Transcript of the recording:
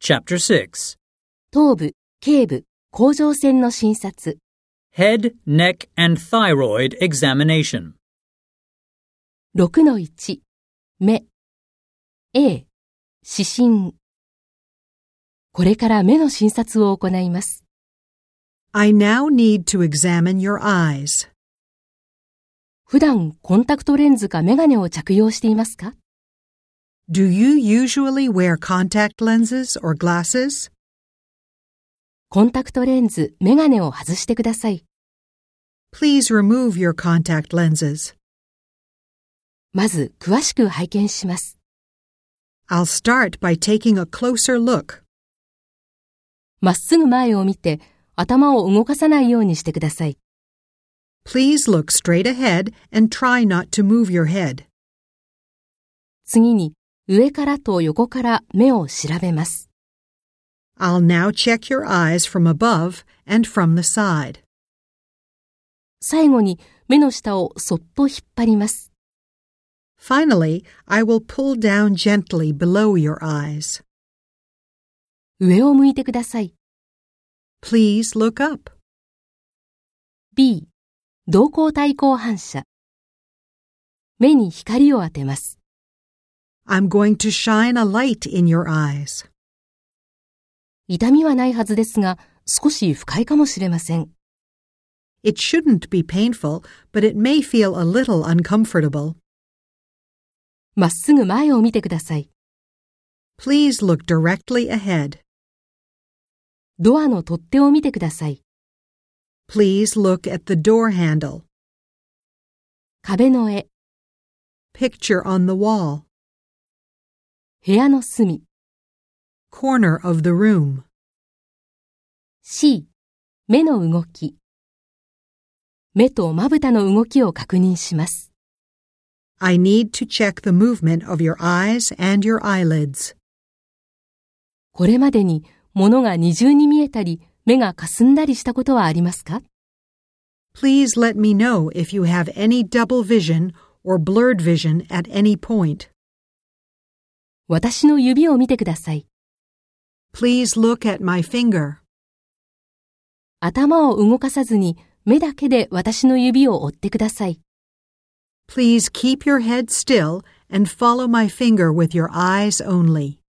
Chapter 6頭部、頸部、甲状腺の診察、 Head, Neck, and Thyroid Examination. 6-1、目、A、指針。これから目の診察を行います。 I now need to examine your eyes. 普段コンタクトレンズかメガネを着用していますか Do you usually wear contact lenses or glasses? コンタクトレンズ、メガネを外してください。 Please remove your contact lenses. まず詳しく拝見します。 I'll start by taking a closer look. まっすぐ前を見て頭を動かさないようにしてください。 Please look straight ahead and try not to move your head. 次に上からと横から目を調べます。 I'll now check your eyes from above and from the side. 最後に目の下をそっと引っ張ります。 Finally, I will pull down gently below your eyes. 上を向いてください。 Please look up. B、動光対光反射。目に光を当てます。 I'm going to shine a light in your eyes. 痛みはないはずですが、少し不快かもしれません。 It shouldn't be painful, but it may feel a little uncomfortable. まっすぐ前を見てください。 Please look directly ahead. ドアの取っ手を見てください。 Please look at the door handle. 壁の絵、 Picture on the wall. 部屋の隅、 Corner of the room. C、目の動き。目とまぶたの動きを確認します。 I need to check the movement of your eyes and your eyelids. これまでに物が二重に見えたり、目がかすんだりしたことはありますか Please let me know if you have any double vision or blurred vision at any point. 私の指を見てください。 Please look at my finger. 頭を動かさずに目だけで私の指を追ってください。 Please keep your head still and follow my finger with your eyes only.